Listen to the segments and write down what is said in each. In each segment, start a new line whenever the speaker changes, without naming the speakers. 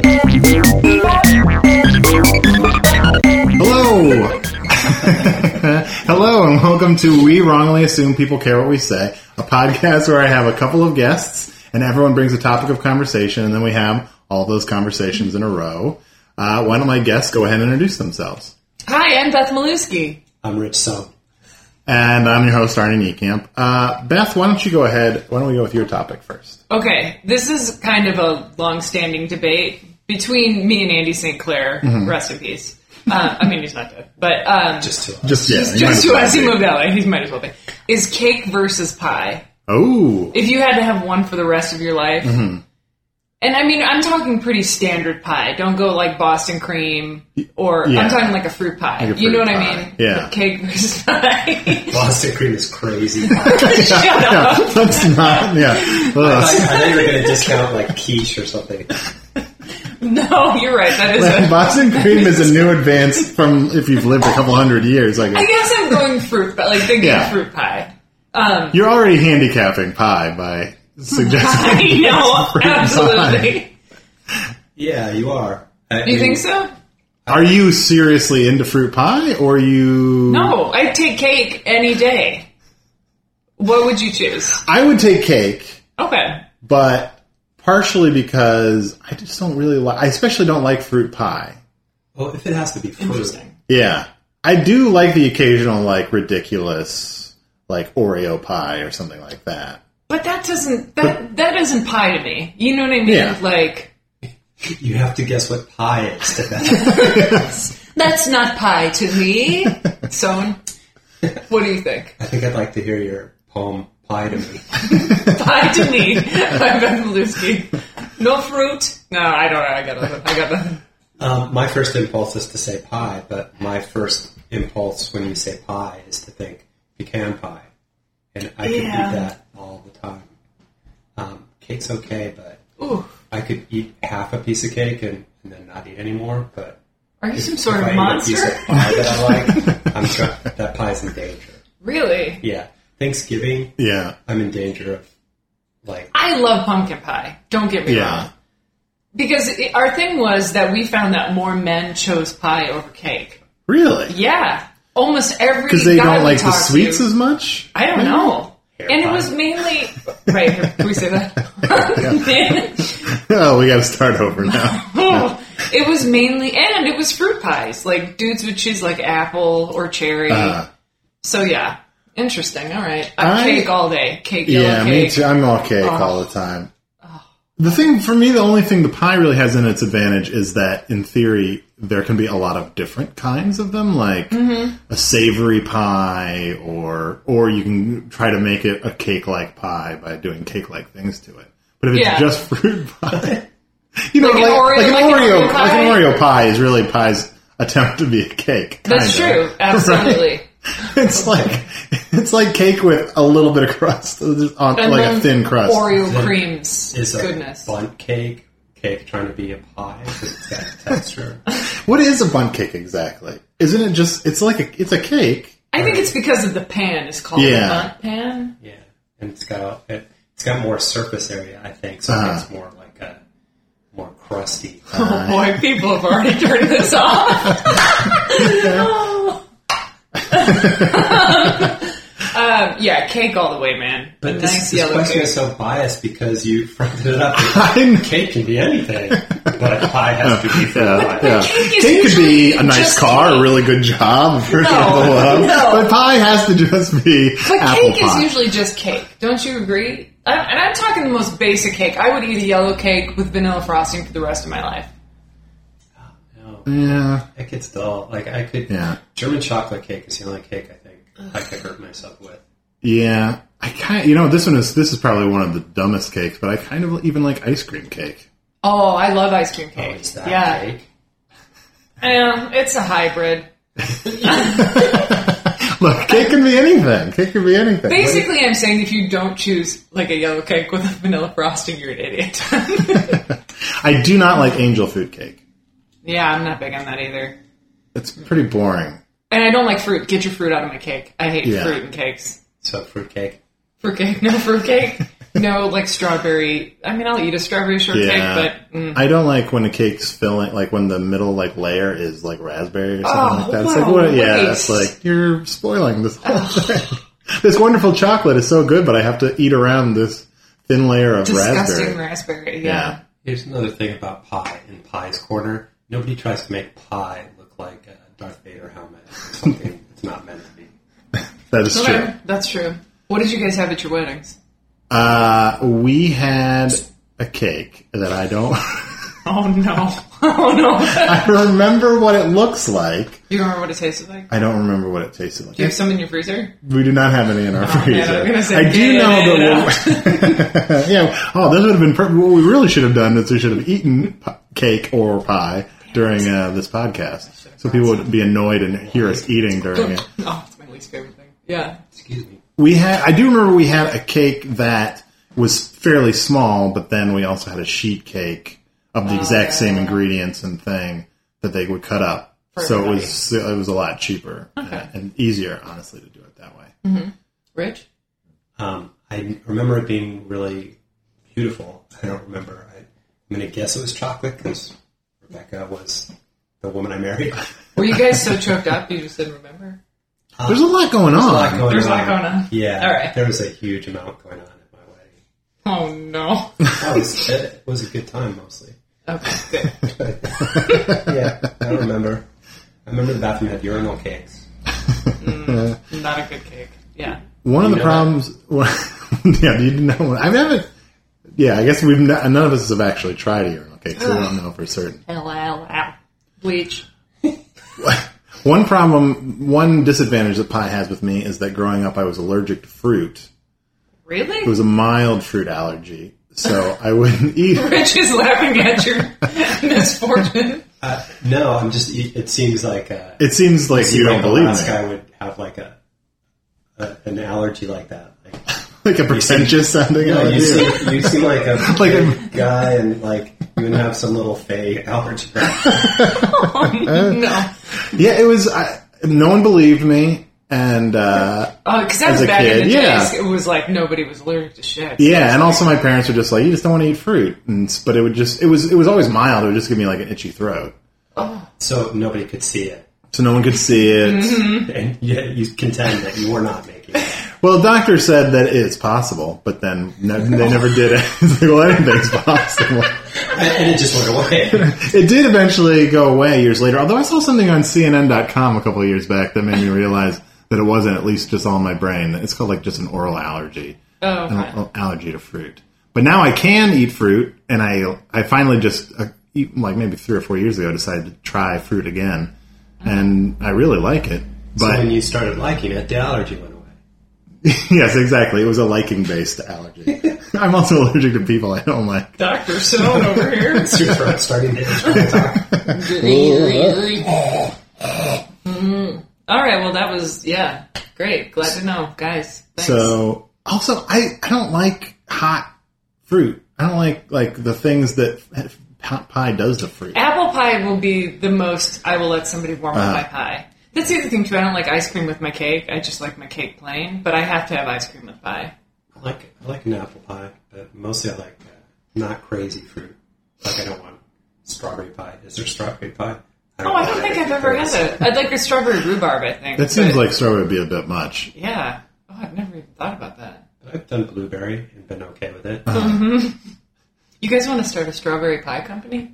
Hello! Hello, and welcome to We Wrongly Assume People Care What We Say, a podcast where I have a couple of guests and everyone brings a topic of conversation, and then we have all those conversations in a row. Uh, why don't my guests go ahead and introduce themselves?
Hi, I'm Beth Maluski.
I'm Rich So.
And I'm your host, Arnie Niekamp. Uh, Beth, why don't you go ahead? Why don't we go with your topic first?
Okay, this is kind of a long-standing debate between me and Andy St. Clair.
Mm-hmm.
Rest in peace. Uh, I mean, he's not dead, but um,
Just to
Just, yeah, you might as
just to
well
us, he
be.
moved that way. He might as well be. Is cake versus pie?
Oh,
If you had to have one for the rest of your life,
Mm-hmm.
and I mean, I'm talking pretty standard pie. Don't go like Boston cream, or
yeah.
I'm talking like a fruit pie.
Like a
you know
fruit
what
pie.
I mean?
Yeah.
But Cake versus pie.
Boston cream is crazy.
Shut up.
Oh. that's not, yeah. Ugh.
I know you were going to discount like quiche or something.
No, you're right. That is a
Boston cream is a new advance from if you've lived a couple hundred years. I
I
guess.
guess I'm going fruit, but like thinking
Yeah.
fruit pie. Um,
You're already handicapping pie by suggesting.
I know,
fruit pie.
absolutely.
Yeah, you are. I
Do you
mean,
think so?
Mm-hmm.
Are you seriously into fruit pie, or you?
No, I take cake any day. What would you choose?
I would take cake,
Okay,
but partially because I just don't really like. I especially don't like fruit pie.
Well, if it has to be fruit,
interesting.
Yeah, I do like the occasional like ridiculous like Oreo pie or something like that.
But that doesn't that that isn't pie to me. You know what I mean?
Yeah.
Like
you have to guess what pie is. To that.
that's not pie to me. so, what do you think?
I think I'd like to hear your poem, Pie to Me.
Pie to me. I'm Ben Belusky. No fruit. No, I don't know. I got nothing. I got nothing.
Um, my first impulse is to say pie, but my first impulse when you say pie is to think pecan pie. And I could
Yeah.
eat that all the time. Um, cake's okay, but
Ooh,
I could eat half a piece of cake and, and then not eat anymore, but
are you some sort
if
of
I
monster?
eat a piece of pie that I like, I'm sure that pie's in danger.
Really?
Yeah. Thanksgiving,
Yeah,
I'm in danger of, like,
I love pumpkin pie. Don't get me
yeah.
wrong. Because it, our thing was that we found that more men chose pie over cake.
Really?
Yeah. Almost every
Because they
guy
don't
we
like the
talked
sweets
to,
as much.
I don't know.
Hair
and it
pie.
was mainly right. Can we say that?
Oh, we got to start over now.
Oh, it was mainly, and it was fruit pies. Like dudes would choose like apple or cherry.
Uh,
so yeah, interesting. All right,
I-
I, cake all day. Cake, yellow
yeah, me
cake. Oh.
too. I'm all cake all the time. The thing for me, the only thing the pie really has in its advantage is that, in theory, there can be a lot of different kinds of them, like
Mm-hmm.
a savory pie, or or you can try to make it a cake-like pie by doing cake-like things to it. But if it's
Yeah.
just fruit pie, you know,
Like
like,
an Oreo-
like an
like an
Oreo,
Oreo
like an
pie?
Oreo pie is really pie's attempt to be a cake.
That's
kinda.
true. Absolutely.
It's like it's like cake with a little bit of crust, just on,
And
like a
then
thin crust.
Oreo creams.
is a
Goodness.
bunt cake, cake trying to be a pie, 'cause it's got texture.
What is a bundt cake exactly? Isn't it just? It's like a it's a cake.
I think it's because of the pan. It's called
Yeah.
a bunt pan.
Yeah. And it's got, it, it's got more surface area, I think, so
Uh-huh.
it's more like a, more crusty. Uh,
Uh,
Oh boy, people have already turned this off. um, yeah, cake all the way, man. A
But this,
nice
this
yellow
question
cake.
is so biased because you fronted it up.
I'm-
cake can be anything, but a pie has to be fruit pie.
yeah.
cake
Cake,
is
could be
usually
a nice
just
car, a
cake.
really good job, for example,
no.
but pie has to just be
but
apple
cake
pie.
is usually just cake. Don't you agree? I, and I'm talking the most basic cake. I would eat a yellow cake with vanilla frosting for the rest of my life.
No.
yeah,
It gets dull. Like I could.
Yeah.
German chocolate cake is the only cake I think I could hurt myself with.
yeah. I kind you know this one is this is probably one of the dumbest cakes, but I kind of even like ice cream cake.
Oh, I love ice cream
Oh,
cake.
it's that
yeah,
cake.
Yeah, it's a hybrid.
Look, cake can be anything. Cake can be anything.
Basically, I'm saying if you don't choose like a yellow cake with vanilla frosting, you're an idiot.
I do not like angel food cake.
yeah, I'm not big on that either.
It's pretty boring.
And I don't like fruit. Get your fruit out of my cake. I hate
Yeah.
fruit and cakes.
So fruit cake.
Fruit cake, no fruit cake. No, like strawberry. I mean, I'll eat a strawberry shortcake,
Yeah,
but mm,
I don't like when a cake's filling, like when the middle like layer is like raspberry or something
Oh,
like that. It's
wow,
like, what? Yeah, it's
waste.
like you're spoiling this whole thing. this wonderful chocolate is so good, but I have to eat around this thin layer of
disgusting
raspberry.
raspberry.
Yeah.
Yeah.
Here's another thing about pie in Pie's Corner. Nobody tries to make pie look like a Darth Vader helmet or something it's not meant to be.
that is
Okay,
true.
that's true. What did you guys have at your weddings?
Uh, we had a cake that I don't.
Oh no! Oh no!
I remember what it looks like.
Do you remember what it tasted like?
I don't remember what it tasted like.
Do you have some in your freezer?
We do not have any in our
Oh, man,
freezer.
I'm gonna say
I do
get
know
it
that. We'll, yeah. Oh, this would have been per- what we really should have done is we should have eaten p- cake or pie during uh, this podcast, so people would be annoyed and hear us eating during it.
Oh, it's my least favorite thing. Yeah.
Excuse me.
We had. I do remember we had a cake that was fairly small, but then we also had a sheet cake of
Oh,
the exact same ingredients and thing that they would cut up.
For
So it
everybody.
was it was a lot cheaper uh, and easier, honestly, to do it that way.
Rich?
Um, I remember it being really beautiful. I don't remember. I, I'm going to guess it was chocolate because Rebecca was the woman I married.
Were you guys so choked up you just didn't remember?
There's a lot going on.
There's a lot going
There's a
on.
lot going on.
Yeah.
All right.
There was a huge amount going on at my
Oh
wedding.
no.
That was, it was a good time mostly.
Okay, good.
Yeah, I don't remember. I remember the bathroom had urinal cakes.
Not a good cake. Yeah.
One of
You
the
know that?
problems, yeah, you know, what- I haven't. Yeah, I guess we've not, none of us have actually tried a urinal cake, so we don't know for certain.
L L L. Bleach.
One problem, one disadvantage that pie has with me is that growing up I was allergic to fruit. It
Really?
was a mild fruit allergy, so I wouldn't eat. it.
Rich is laughing at your misfortune.
Uh, no, I'm just. It seems like uh,
It seems like you don't
like
believe
Alaska
me,
would have like a, a an allergy like that. Like,
like a pretentious sounding
No,
allergy.
you seem, you seem like a
Like
like
a-
a guy, and like you would have some little fey allergy.
Uh,
no.
Yeah, it was. I, no one believed me, and uh,
Because that
As
was
a
back
kid,
in the
yeah.
days. It was like nobody was allergic to shit.
Yeah, and also my parents were just like, you just don't want to eat fruit, and s- but it would just it was it was always mild. It would just give me like an itchy throat,
so nobody could see it,
so no one could see it.
and yet you contend that you were not making it.
Well, the doctor said that it's possible, but then ne- they never did it. It's like, well, anything's possible.
and it just went away.
It did eventually go away years later. Although I saw something on CNN.com a couple of years back that made me realize that it wasn't at least just all in my brain. It's called like just an oral allergy.
Oh,
an
fine.
al- allergy to fruit. But now I can eat fruit, and I I finally just uh, eat, like maybe three or four years ago decided to try fruit again, and I really like it.
But when
But
you started liking it, the allergy went away.
yes, exactly, it was a liking based allergy. I'm also allergic to people I don't like.
Dr. Stone over here.
It's your throat starting to itch all the time.
Mm. All right, well, that was, yeah, great. Glad to know, guys. Thanks.
So also, I I don't like hot fruit. I don't like like the things that hot pie does to fruit.
Apple pie will be the most I will let somebody warm up
Uh-huh.
my pie. That's the other thing, too. I don't like ice cream with my cake. I just like my cake plain, but I have to have ice cream with pie.
I like I like an apple pie, but mostly I like uh, not crazy fruit. Like I don't want strawberry pie. Is there strawberry pie?
Oh, I don't think I've ever had that. I'd like a strawberry rhubarb, I think.
That seems
but-
like strawberry would be a bit much.
Yeah. Oh, I've never even thought about that.
I've done blueberry and been okay with it.
Uh-huh. You guys want to start a strawberry pie company?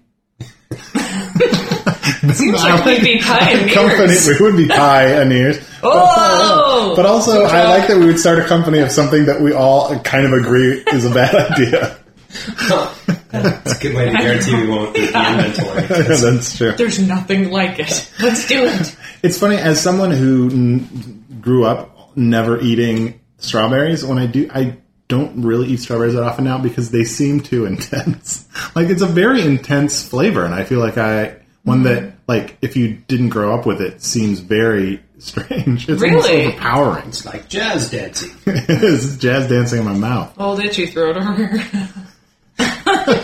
Seems
like we'd be pioneers.
Company, we would be pioneers.
Oh!
But also, I like that we would start a company of something that we all kind of agree is a bad idea.
It's a good way to guarantee we won't eat the inventory.
That's true.
There's nothing like it. Let's do it.
It's funny as someone who n- grew up never eating strawberries. When I do, I don't really eat strawberries that often now because they seem too intense. Like it's a very intense flavor, and I feel like I one that like if you didn't grow up with it seems very strange. It's almost
Really?
overpowering.
It's like jazz dancing.
it is jazz dancing in my mouth.
Old itchy throat over here.
I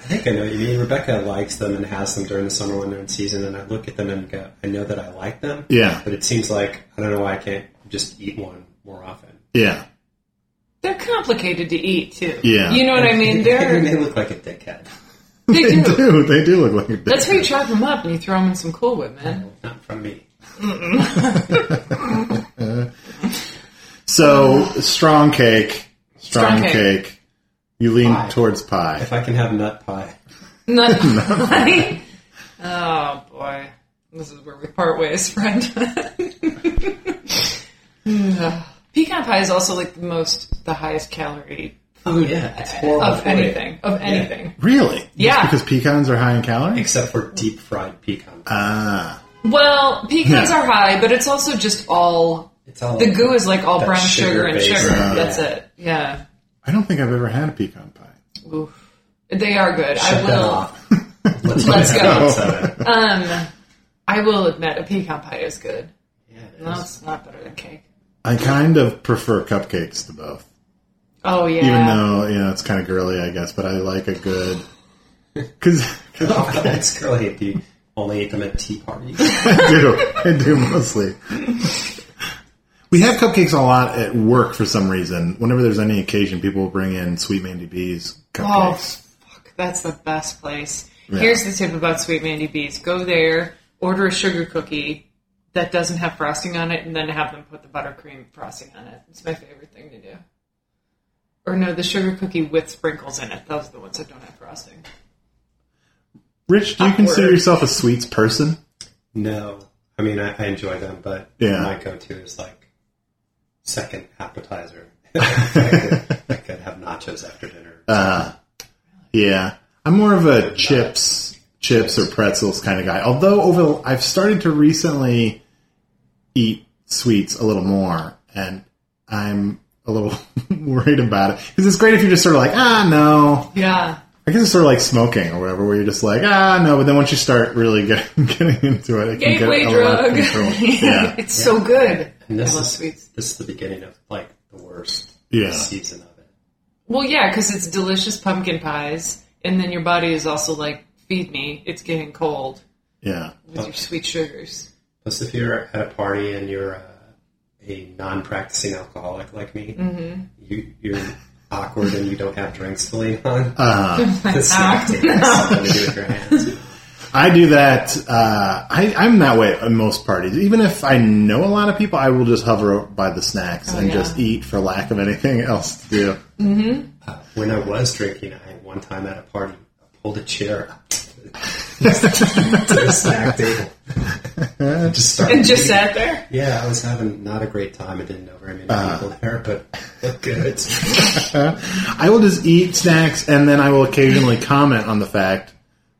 think I know what you mean. Rebecca likes them and has them during the summer when they're in season, and I look at them and go, I know that I like them.
Yeah.
But it seems like I don't know why I can't just eat one more often.
Yeah.
They're complicated to eat too.
Yeah.
you know what I mean. They're
they look like a dickhead.
they
They
do.
do. They do look like a dick.
That's how you chop them up and you throw them in some Cool Whip, man.
Not from me.
So strong cake, strong,
Strong
cake.
cake.
You lean
Pie.
towards pie.
If I can have nut pie,
Not oh boy, this is where we part ways, friend. Mm. Pecan pie is also like the most, the highest calorie
oh yeah, it's horrible
of
for you.
anything, of anything.
Really? Just
Yeah.
because pecans are high in calories.
except for deep fried pecan. pie.
Ah,
Well, pecans
Yeah.
are high, but it's also just all
It's all
the goo is like all
That
brown sugar,
sugar
and
base.
sugar.
Yeah.
That's it. Yeah.
I don't think I've ever had a pecan pie.
Oof. They are good. I
Shut that
will.
off. Let's,
Let's go.
go.
Um, I will admit a pecan pie is good.
Yeah, it
No,
is.
it's not better than cake.
I kind of prefer cupcakes to both,
Oh yeah.
even though you know it's kind of girly, I guess. But I like a good because
Oh, that's girly if you only ate them at tea parties.
I do. I do mostly. We have cupcakes a lot at work for some reason. Whenever there's any occasion, people will bring in Sweet Mandy B's
Oh,
cupcakes.
fuck. That's the best place. Here's the tip about Sweet Mandy Bees go there, order a sugar cookie that doesn't have frosting on it, and then have them put the buttercream frosting on it. It's my favorite thing to do. Or no, the sugar cookie with sprinkles in it. Those are the ones that don't have frosting.
Rich, do you
Awkward.
consider yourself a sweets person?
No, I mean I, I enjoy them, but
Yeah.
my go-to is like second appetizer. I, could, I could have nachos after dinner.
Uh, Yeah, I'm more of a chips, chips or pretzels kind of guy. Although over, the, I've started to recently eat sweets a little more, and I'm a little worried about it because it's great if you're just sort of like, ah, no.
Yeah.
I guess it's sort of like smoking or whatever, where you're just like, ah, no. But then once you start really get, getting into it, it can get
Gateway
a lot of
drug.
control.
yeah.
yeah,
It's so good.
and this
I love
is
sweets.
this is the beginning of like the worst
Yeah.
season of it.
Well, yeah, because it's delicious pumpkin pies, and then your body is also like, feed me, it's getting cold
yeah.
with your sweet sugars.
Plus, if you're at a party and you're uh, a non-practicing alcoholic like me, you, you're awkward and you don't have drinks to lean on. The snack table is something to do with your hands.
I do that. Uh, I, I'm that way at most parties. Even if I know a lot of people, I will just hover over by the snacks and
Oh, yeah.
just eat for lack of anything else to do.
When I was drinking, I one time at a party pulled a chair up to the, to the snack table. And just started.
And just
eating.
sat there?
yeah, I was having not a great time. I didn't know very many people there, but looked good.
I will just eat snacks and then I will occasionally comment on the fact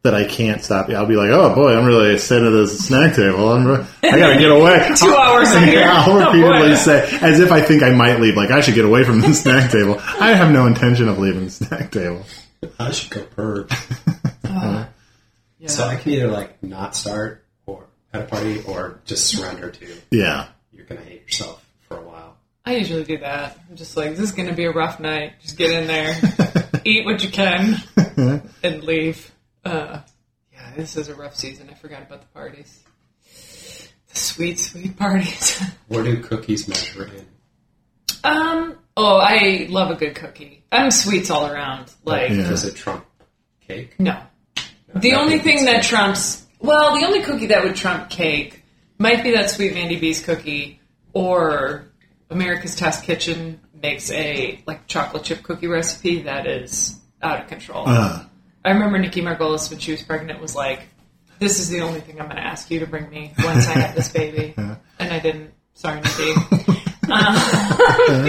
that I can't stop. I'll be like, "Oh boy, I'm really sick of this snack table. I'm re- I gotta get away."
Two hours later.
I'll
Oh,
repeatedly
boy.
say, as if I think I might leave. Like I should get away from the snack table. I have no intention of leaving the snack table.
I should go purge.
Yeah.
So I can either like not start or at a party or just surrender to
Yeah.
you're gonna hate yourself for a while.
I usually do that. I'm just like, this is going to be a rough night. Just get in there, eat what you can, and leave. Uh, yeah, this is a rough season. I forgot about the parties. The sweet, sweet parties.
Where do cookies measure in?
um, oh, I love a good cookie. I'm sweets all around. Like,
Yeah.
Does it trump cake?
no. The
I
only
think
thing that
it's-
trumps, well, the only cookie that would trump cake might be that Sweet Mandy B's cookie or America's Test Kitchen makes a like chocolate chip cookie recipe that is out of control.
Uh,
I remember Nikki Margolis when she was pregnant was like, "This is the only thing I'm going to ask you to bring me once I have this baby," and I didn't. Sorry, Nikki. Uh,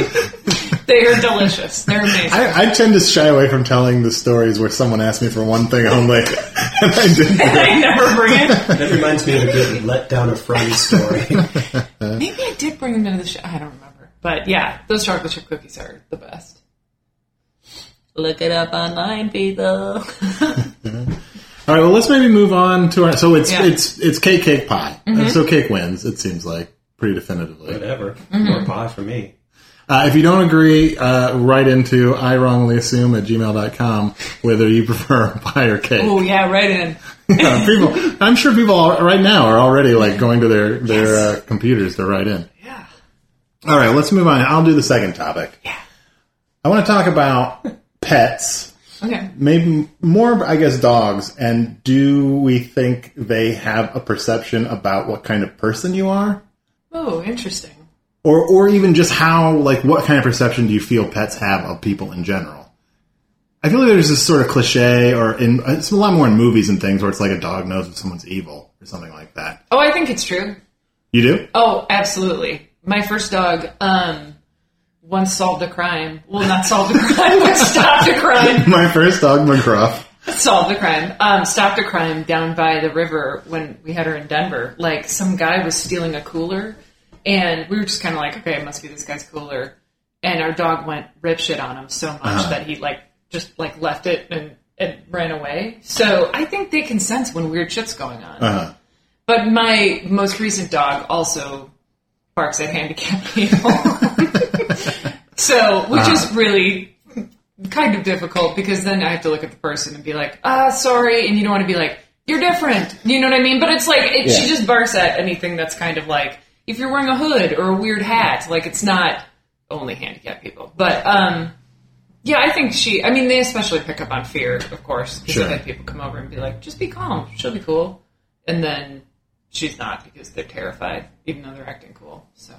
they are delicious. They're amazing.
I, I tend to shy away from telling the stories where someone asked me for one thing only, and I didn't.
I never bring it.
That reminds me of a good let down a friend story.
Maybe I did bring them into the show. I don't remember. But yeah, those chocolate chip cookies are the best. Look it up online, people.
All right, well, let's maybe move on to our. So it's
Yeah. Mm-hmm.
it's it's cake, cake, pie. So cake wins. It seems like pretty definitively.
Whatever. More pie for me.
Uh, if you don't agree, uh, write into I wrongly assume at gmail.com whether you prefer pie or cake.
oh yeah, right in.
Uh, people, I'm sure people al- right now are already like going to their their uh, computers to write in.
Yeah.
All right, let's move on. I'll do the second topic.
Yeah.
I want to talk about pets,
Okay.
maybe more, I guess, dogs. And do we think they have a perception about what kind of person you are?
Oh, interesting.
Or, or even just how, like, what kind of perception do you feel pets have of people in general? I feel like there's this sort of cliche, or in it's a lot more in movies and things where it's like a dog knows if someone's evil or something like that.
Oh, I think it's true.
You do?
Oh, absolutely. My first dog um, once solved a crime. Well, not solved a crime, but stopped a crime.
My first dog, McGruff.
Solved a crime. Um, stopped a crime down by the river when we had her in Denver. Like, some guy was stealing a cooler, and we were just kind of like, okay, it must be this guy's cooler. And our dog went rip shit on him so much that he, like, just, like, left it and, and ran away. So I think they can sense when weird shit's going on.
Uh-huh.
But my most recent dog also barks at handicapped people. so, which is really kind of difficult because then I have to look at the person and be like, ah, sorry. And you don't want to be like, you're different. You know what I mean? But it's like, it, she
Yeah.
just barks at anything that's kind of like, if you're wearing a hood or a weird hat, like it's not only handicapped people. But, um, yeah, I think she, I mean, they especially pick up on fear, of course, because
Sure.
I've had people come over and be like, just be calm. She'll be cool and then she's not because they're terrified, even though they're acting cool. So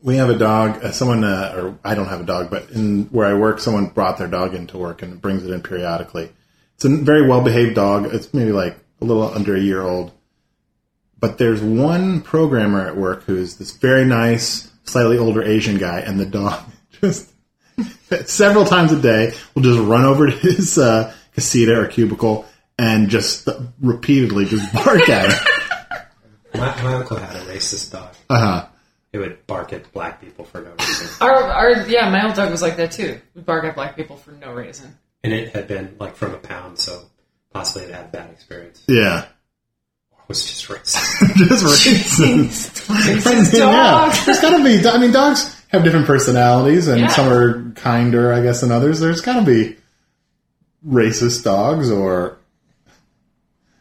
We have a dog. Uh, someone, uh, or I don't have a dog, but in where I work, someone brought their dog into work and brings it in periodically. It's a very well behaved dog. It's maybe like a little under a year old. But there's one programmer at work who's this very nice, slightly older Asian guy, and the dog just several times a day will just run over to his uh, casita or cubicle and just repeatedly just bark at him.
My, my uncle had a racist dog.
Uh huh.
It would bark at black people for no reason.
our our yeah, my old dog was like that too. We bark at black people for no reason.
and it had been like from a pound, so possibly it had a bad experience.
Yeah.
It was just racist.
just racist.
Racist dog.
There's gotta be. I mean, dogs have different personalities, and
Yeah.
some are kinder, I guess, than others. There's gotta be racist dogs, or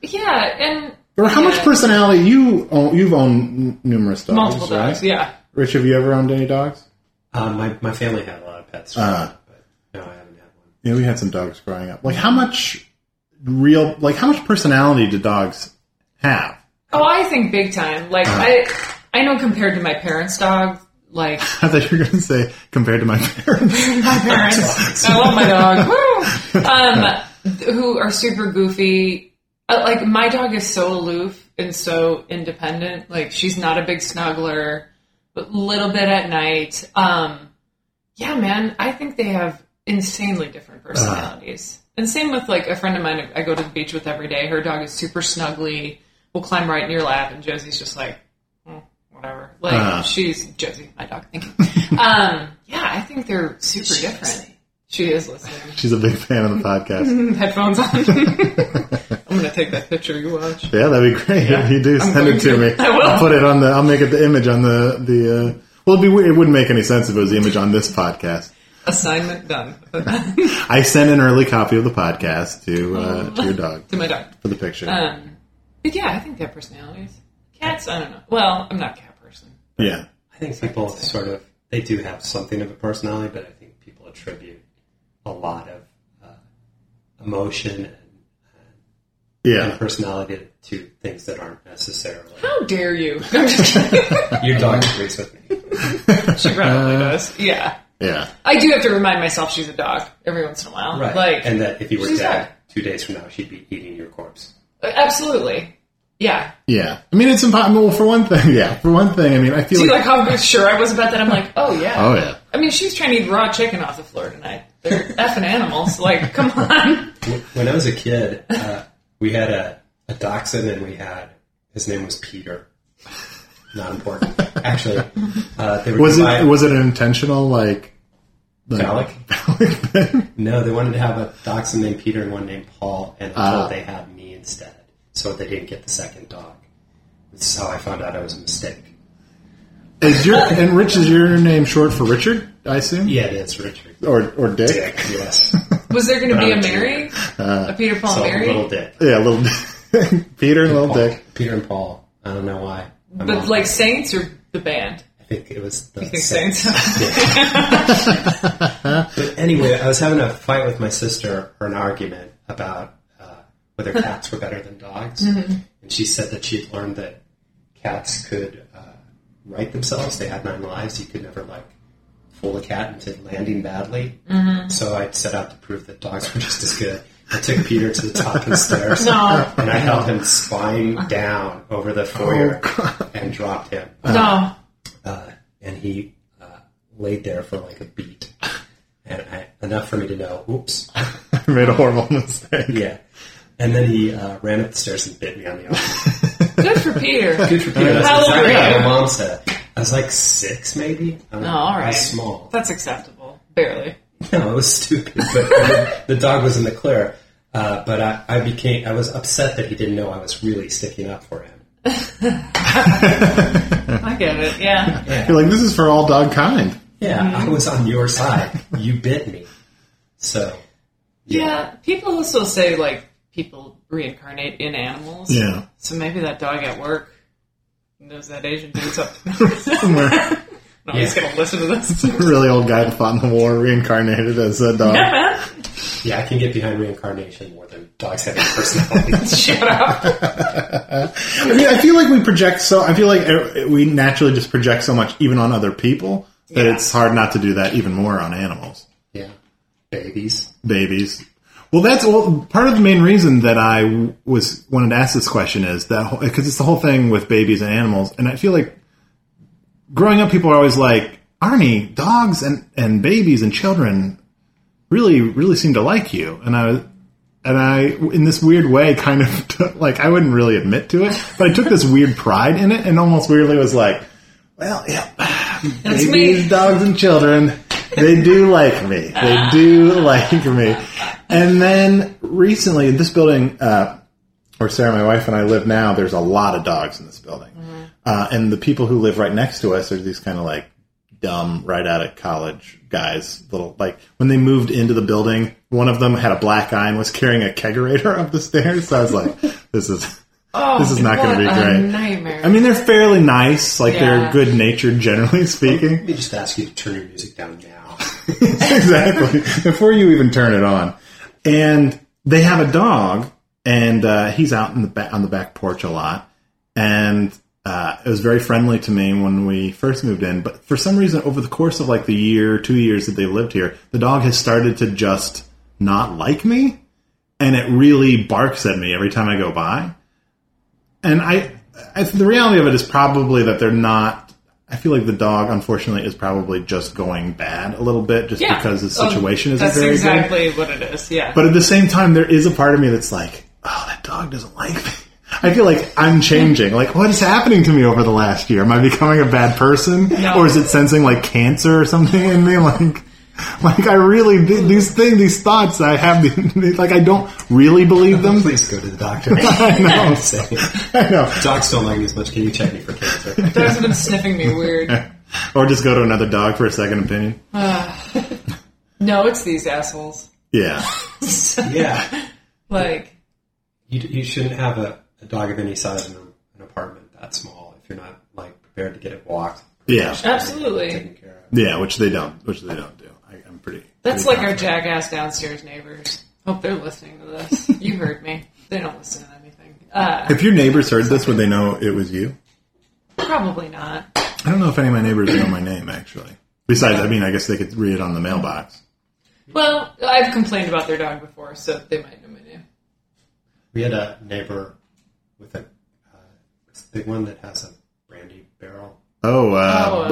Yeah, and
or how much
Yeah.
personality you own, you've owned n- numerous dogs,
multiple
right?
dogs. Yeah,
Rich, have you ever owned any dogs?
um, my my family had a lot of pets,
Uh-huh.
but no, I haven't had one.
Yeah, we had some dogs growing up. Like, how much real? Like, how much personality do dogs have?
Oh, I think big time. Like I, I know compared to my parents' dog, like
I thought you were going to say compared to my parents.
my parents, I love my dog, Woo! um, th- who are super goofy. Uh, like my dog is so aloof and so independent. Like she's not a big snuggler, but little bit at night. Um, yeah, man, I think they have insanely different personalities. And same with like a friend of mine I go to the beach with every day. Her dog is super snuggly. Will climb right in your lap, and Josie's just like, "Hmm, whatever. Like
Uh-huh.
she's Josie, my dog. Thank you. um, yeah, I think they're super different. She is listening.
She's a big fan of the podcast.
Headphones on. I'm gonna take that picture you watch.
Yeah, that'd be great if you do
I'm
send it
going
to
to.
me.
I will.
will put it on the. I'll make it the image on the the. Uh, well, it'd be weird. It wouldn't make any sense if it was the image on this podcast.
Assignment done.
I sent an early copy of the podcast to
Oh.
uh, to your dog
to my dog.
for the picture.
Um, but yeah, I think they have personalities. Cats, I don't know. Well, I'm not a cat person.
yeah,
I think people sort of they do have something of a personality, but I think people attribute a lot of uh, emotion and, and
yeah.
personality to things that aren't necessarily.
How dare you? No, I'm just kidding.
Your dog agrees with me.
she
Uh.
probably does. Yeah.
Yeah,
I do have to remind myself she's a dog every once in a while.
Right.
Like,
and that if you were
she's
dead
not-
two days from now, she'd be eating your corpse.
absolutely. Yeah.
yeah. I mean, it's impossible for one thing. Yeah, for one thing. I mean, I feel
See,
like,
like how sure I was about that. I'm like, oh yeah.
oh yeah,
I mean, she's trying to eat raw chicken off the floor tonight. They're effing animals. Like, come on.
When I was a kid, uh, we had a, a dachshund and we had, his name was Peter. Not important. Actually, uh, they were
was it
combined-
was it an intentional like like-
Phallic?
phallic thing?
No, they wanted to have a dachshund named Peter and one named Paul, and until
Ah.
they had me instead, so they didn't get the second dog. This is how I found out it was a mistake.
Is your and Rich is your name short for Richard? I assume.
Yeah, it's Richard.
Or or Dick.
Dick, yes.
Was there going to be a
Not a
Mary? a Peter Paul
so
Mary?
little Dick.
Yeah, little Dick. Peter, little
Paul.
Dick.
Peter and Paul. I don't know why. I'm
But
off.
like Saints or the band?
I think it was the
You think
same.
so?
But anyway, I was having a fight with my sister or an argument about uh, whether cats were better than dogs, and she said that she had learned that cats could uh, right themselves. They had nine lives. You could never like fool a cat into landing badly. So I set out to prove that dogs were just as good. I took Peter to the top of the stairs,
No.
and I held him spine down over the foyer and dropped him
No.
uh, and he uh, laid there for like a beat, and I, enough for me to know, oops,
I made a horrible mistake.
yeah. And then he uh, ran up the stairs and bit me on the arm.
Good for Peter.
Good for Peter. That's
How old were
exactly what
you?
my mom said. I was like six, maybe. I don't
No,
know.
Oh, all
I
right.
was small.
That's acceptable. Barely.
No, it was stupid. But I mean, the dog was in the clear. Uh, but I, I became. I was upset that he didn't know I was really sticking up for him.
I get it. Yeah.
You're like, this is for all dog kind.
Yeah, I
Mm-hmm.
was on your side. You bit me. So
Yeah. People also say like people reincarnate in animals.
Yeah.
So maybe that dog at work knows that Asian dude's up.
Somewhere.
no, he's gonna listen to this.
A really old guy that fought in the war reincarnated as a dog.
Yeah, man.
Yeah, I can get behind reincarnation more than dogs having personalities.
Shut up.
I mean, I feel like we project so. I feel like er- we naturally just project so much, even on other people, that
Yeah.
it's hard not to do that even more on animals,
yeah, babies.
babies. Well, that's well, part of the main reason that I w- was wanted to ask this question is that because it's the whole thing with babies and animals, and I feel like growing up, people are always like, "Arnie, dogs and and babies and children really really seem to like you," and I was. And I, in this weird way, kind of took, like I wouldn't really admit to it, but I took this weird pride in it, and almost weirdly was like, "Well, yeah,
That's
babies,
me.
dogs, and children, they do like me. They do like me." And then recently, in this building, uh, where Sarah, my wife, and I live now, there's a lot of dogs in this building.
Mm-hmm.
Uh, and the people who live right next to us are these kind of like dumb, right out of college guys. Little like when they moved into the building, one of them had a black eye and was carrying a kegerator up the stairs. So I was like, "This is."
Oh,
This is not gonna
what
be
a
great.
Nightmare.
I mean, they're fairly nice. Like
Yeah.
they're good natured, generally
Let
speaking.
me just ask you to turn your music down now.
exactly. Before you even turn it on, and they have a dog, and uh, he's out in the ba- on the back porch a lot, and uh, it was very friendly to me when we first moved in. But for some reason, over the course of like the year, two years that they lived here, the dog has started to just not like me, and it really barks at me every time I go by. And I, I the reality of it is probably that they're not. I feel like the dog, unfortunately, is probably just going bad a little bit, just
Yeah.
because the
Oh,
situation isn't
That's
very good.
exactly what it is. Yeah.
But at the same time, there is a part of me that's like, oh, that dog doesn't like me. I feel like I'm changing. Like, what is happening to me over the last year? Am I becoming a bad person,
No.
or is it sensing like cancer or something in me? Like, like I really these things, these thoughts I have, like I don't really believe them.
Please go to the doctor.
I know,
Say,
I know.
dogs don't like me as much. Can you check me for cancer?
Dog's been sniffing me weird.
Or just go to another dog for a second opinion.
No, it's these assholes.
Yeah,
Yeah,
Like,
you, you shouldn't have a, a dog of any size in a, an apartment that small if you're not like prepared to get it walked.
yeah,
Uh, absolutely.
Taken care of.
yeah. Which they don't. Which they don't do. I, I'm pretty.
That's like
pretty
our
confident.
jackass downstairs neighbors. Hope they're listening to this. You heard me. They don't listen to anything. Uh,
If your neighbors heard this, would they know it was you?
probably not.
I don't know if any of my neighbors know my name actually. Besides, I mean, I guess they could read it on the mailbox.
Well, I've complained about their dog before, so they might know my name.
We had a neighbor with a uh, this big one that has a brandy barrel.
Oh, uh,
Oh, uh,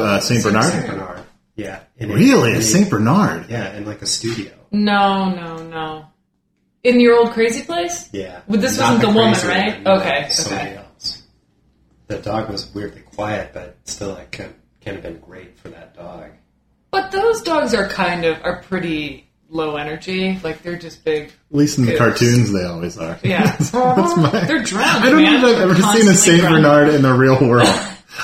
uh, Saint
Saint
Bernard.
Saint Bernard. Yeah. in a-
Really,
in a-
a Saint Bernard?
Yeah, in like a studio.
No, no, no. In your old crazy place?
Yeah.
Well, this
Not
wasn't the woman,
crazy
right?
one,
Okay,
but Somebody
okay.
else. The dog was weirdly quiet, but still, it can, can have been great for that dog.
But those dogs are kind of are pretty low energy. Like they're just big.
At least in the
Yes.
cartoons, they always are.
Yeah,
That's my-
they're drunk.
I don't
man.
know if I've ever
They're
seen a
constantly
Saint
drunk.
Bernard in the real world.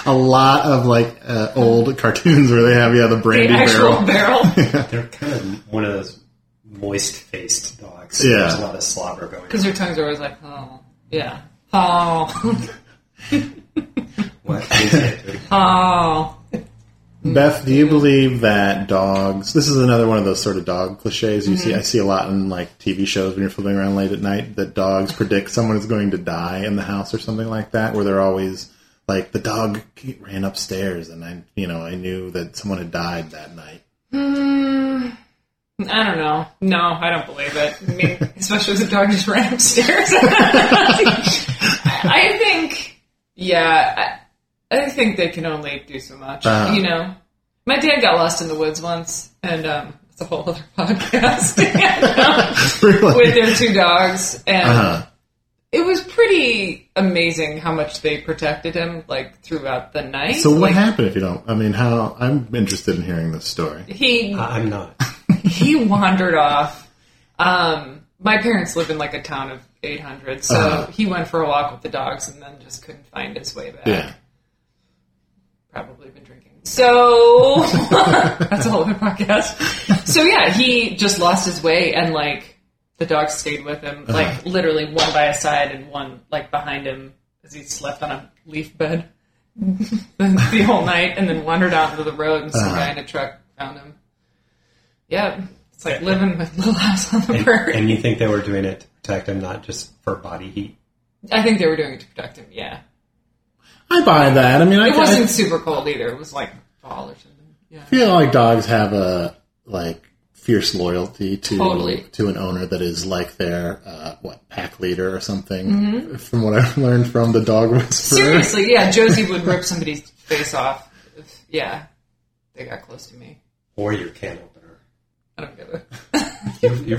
a lot of like uh, old cartoons where they have yeah the
The
brandy
actual
barrel.
barrel.
They're kind of one of those moist-faced dogs.
Yeah.
There's a lot of slobber going.
Because
on.
their tongues are always like, oh, yeah, oh,
What?
oh.
Beth, do you believe that dogs? This is another one of those sort of dog cliches you see.
Mm-hmm.
I see a lot in like TV shows when you're flipping around late at night that dogs predict someone is going to die in the house or something like that, where they're always like the dog ran upstairs and I, you know, I knew that someone had died that night.
Hmm. I don't know. No, I don't believe it. I mean, especially if the dog just ran upstairs. I think, yeah, I, I think they can only do so much.
Uh-huh.
You know, my dad got lost in the woods once, and um, it's a whole other podcast. And, um,
Really?
with their two dogs, and
Uh-huh.
it was pretty amazing how much they protected him, like throughout the night.
So what
Like,
happened if you don't? I mean, how? I'm interested in hearing this story.
He
I- I'm not.
he wandered off. Um, my parents live in like a town of 800, so
Uh-huh.
he went for a walk with the dogs and then just couldn't find his way back.
Yeah.
Probably been drinking. So that's a whole other podcast. So yeah, he just lost his way and like the dogs stayed with him,
Uh-huh.
like literally one by his side and one like behind him as he slept on a leaf bed the, the whole night and then wandered out into the road and some
Uh-huh.
guy in a truck found him. Yeah. It's like living with Little House on the
And,
Prairie.
and you think they were doing it to protect him, not just for body heat?
I think they were doing it to protect him, yeah.
I buy that. I mean, I,
It
I
wasn't super cold either. It was like fall or something. Yeah.
feel like dogs have a like fierce loyalty to
Totally.
to an owner that is like their uh, what pack leader or something. From what I've learned from the dog whisperer.
Mm-hmm. Seriously, yeah, Josie would rip somebody's face off. If, yeah, they got close to me.
Or your can opener?
I don't give it.
Your, your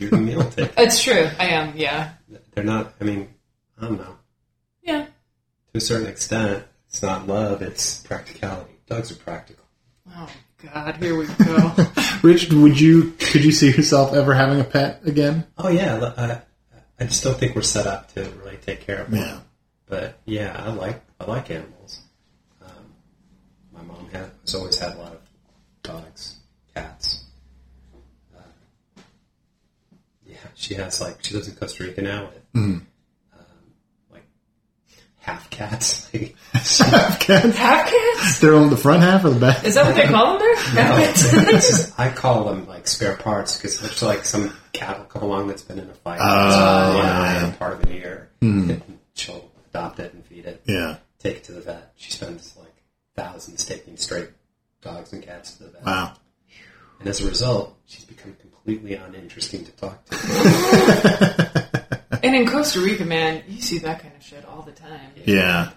your meal ticket.
It's true. I am. Yeah.
They're not, I mean, I don't know.
Yeah.
To a certain extent, it's not love, it's practicality. Dogs are practical.
Oh God, here we go.
Rich, would you could you see yourself ever having a pet again?
Oh, yeah. l- I, I just don't think we're set up to really take care of them.
Yeah.
But yeah, I like I like animals. Um, my mom had, has always had a lot of dogs, cats. Uh, yeah, she has like she lives in Costa Rica now with um, like half cats. Like,
Cats?
Half cats?
They're on the front half or the back?
Is that what they call them there? Half cats?
It's just- I call them like spare parts because there's like some cat will come along that's been in a fight.
Oh, Hmm.
It's one
yeah,
eye
yeah.
and part of an ear. And she'll adopt it and feed it.
yeah.
take it to the vet. She spends like thousands taking straight dogs and cats to the vet.
Wow.
And as a result, she's become completely uninteresting to talk to.
And in Costa Rica, man, you see that kind of shit all the time.
Yeah.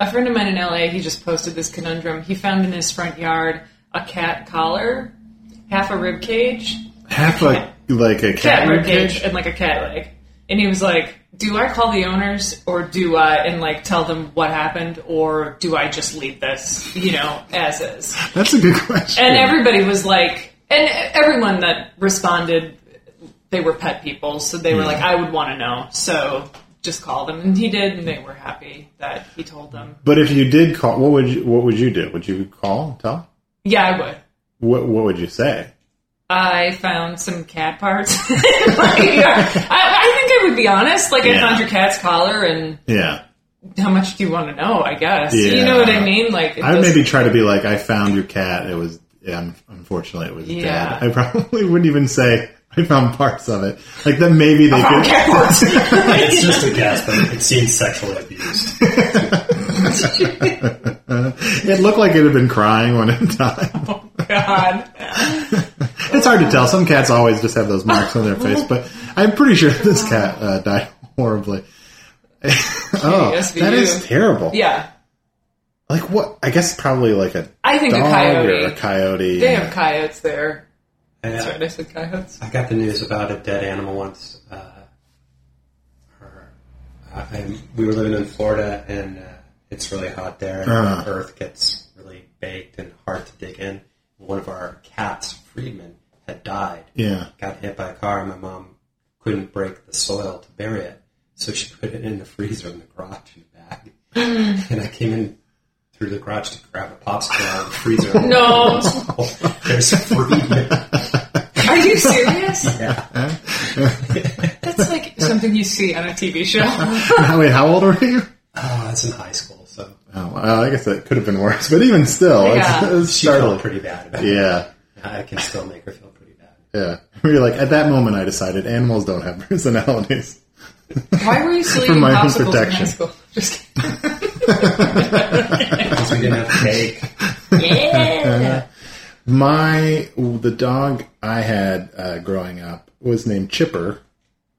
A friend of mine in LA, he just posted this conundrum. He found in his front yard a cat collar, half a rib cage,
Half like like a cat,
cat rib
rib
cage and like a cat leg. And he was like, "Do I call the owners or do I and like tell them what happened or do I just leave this, you know, as is?"
That's a good question.
And everybody was like, and everyone that responded, they were pet people, so they were like, "I would want to know." So just call them, and he did, and they were happy that he told them.
but if you did call, what would you what would you do? Would you call? Tell?
Yeah, I would.
What what would you say?
I found some cat parts. in my yard. I, I think I would be honest. Like, I
Yeah.
found your cat's collar, and
Yeah.
how much do you want to know? I guess you
Yeah.
know what I mean. Like, it
I would
does-
maybe try to be like, I found your cat. It was, yeah, un- unfortunately, it was
Yeah.
dead. I probably wouldn't even say I found parts of it. Like that, maybe they
Found
could.
cat parts.
it's just a cat, but it seems sexually abused.
It looked like it had been crying when it died.
oh God,
It's hard to tell. Some cats always just have those marks on their face, but I'm pretty sure this cat uh, died horribly. oh,
yes,
that
you.
is terrible.
yeah.
Like what? I guess probably like a
I think a
dog
coyote.
or a coyote.
They have coyotes there. That's right.
I,
I said coyotes.
I got the news about a dead animal once. Uh, her, uh, and we were living in Florida, and uh, it's really hot there, and
Uh.
the earth gets really baked and hard to dig in. One of our cats, Friedman, had died.
Yeah.
got hit by a car and my mom couldn't break the soil to bury it. So she put it in the freezer in the garage in the bag. and I came in through the garage to grab a popsicle out of the freezer.
No,
There's Friedman.
are you serious?
Yeah.
That's like something you see on a TV show.
Wait, how old were you?
Oh, that's in high school, so
Oh, well, I guess that could have been worse, but even still, it's,
Yeah.
it's
She felt
startling.
pretty bad about it.
Yeah,
I can still make her feel pretty bad.
yeah. Where you're like, at that moment, I decided animals don't have personalities.
Why were you sleeping
my own
popsicles in high
protection.
school? Just
Because we didn't have cake.
kidding. Yeah.
My the dog I had uh, growing up was named Chipper.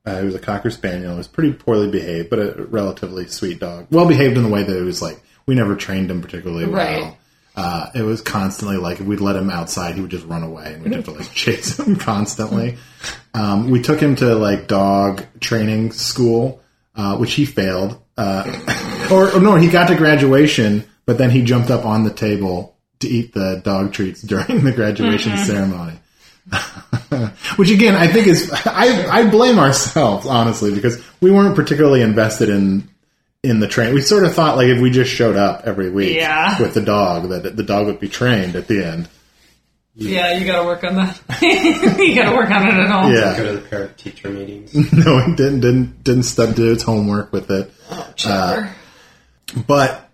Uh, he was a cocker spaniel. He was pretty poorly behaved, but a relatively sweet dog. Well behaved in the way that it was like we never trained him particularly well.
Right.
Uh, it was constantly like if we'd let him outside, he would just run away, and we'd have to like chase him constantly. Um, we took him to like dog training school, uh, which he failed. Uh, or, or no, he got to graduation, but then he jumped up on the table to eat the dog treats during the graduation ceremony. Which again, I think is I, I blame ourselves honestly because we weren't particularly invested in in the train. We sort of thought like if we just showed up every week
Yeah.
with the dog, that the dog would be trained at the end.
yeah, you gotta work on that. you gotta work on it at home.
Yeah,
Go to the parent teacher meetings.
no, it didn't didn't didn't stud do its homework with it.
Oh, Chipper.
but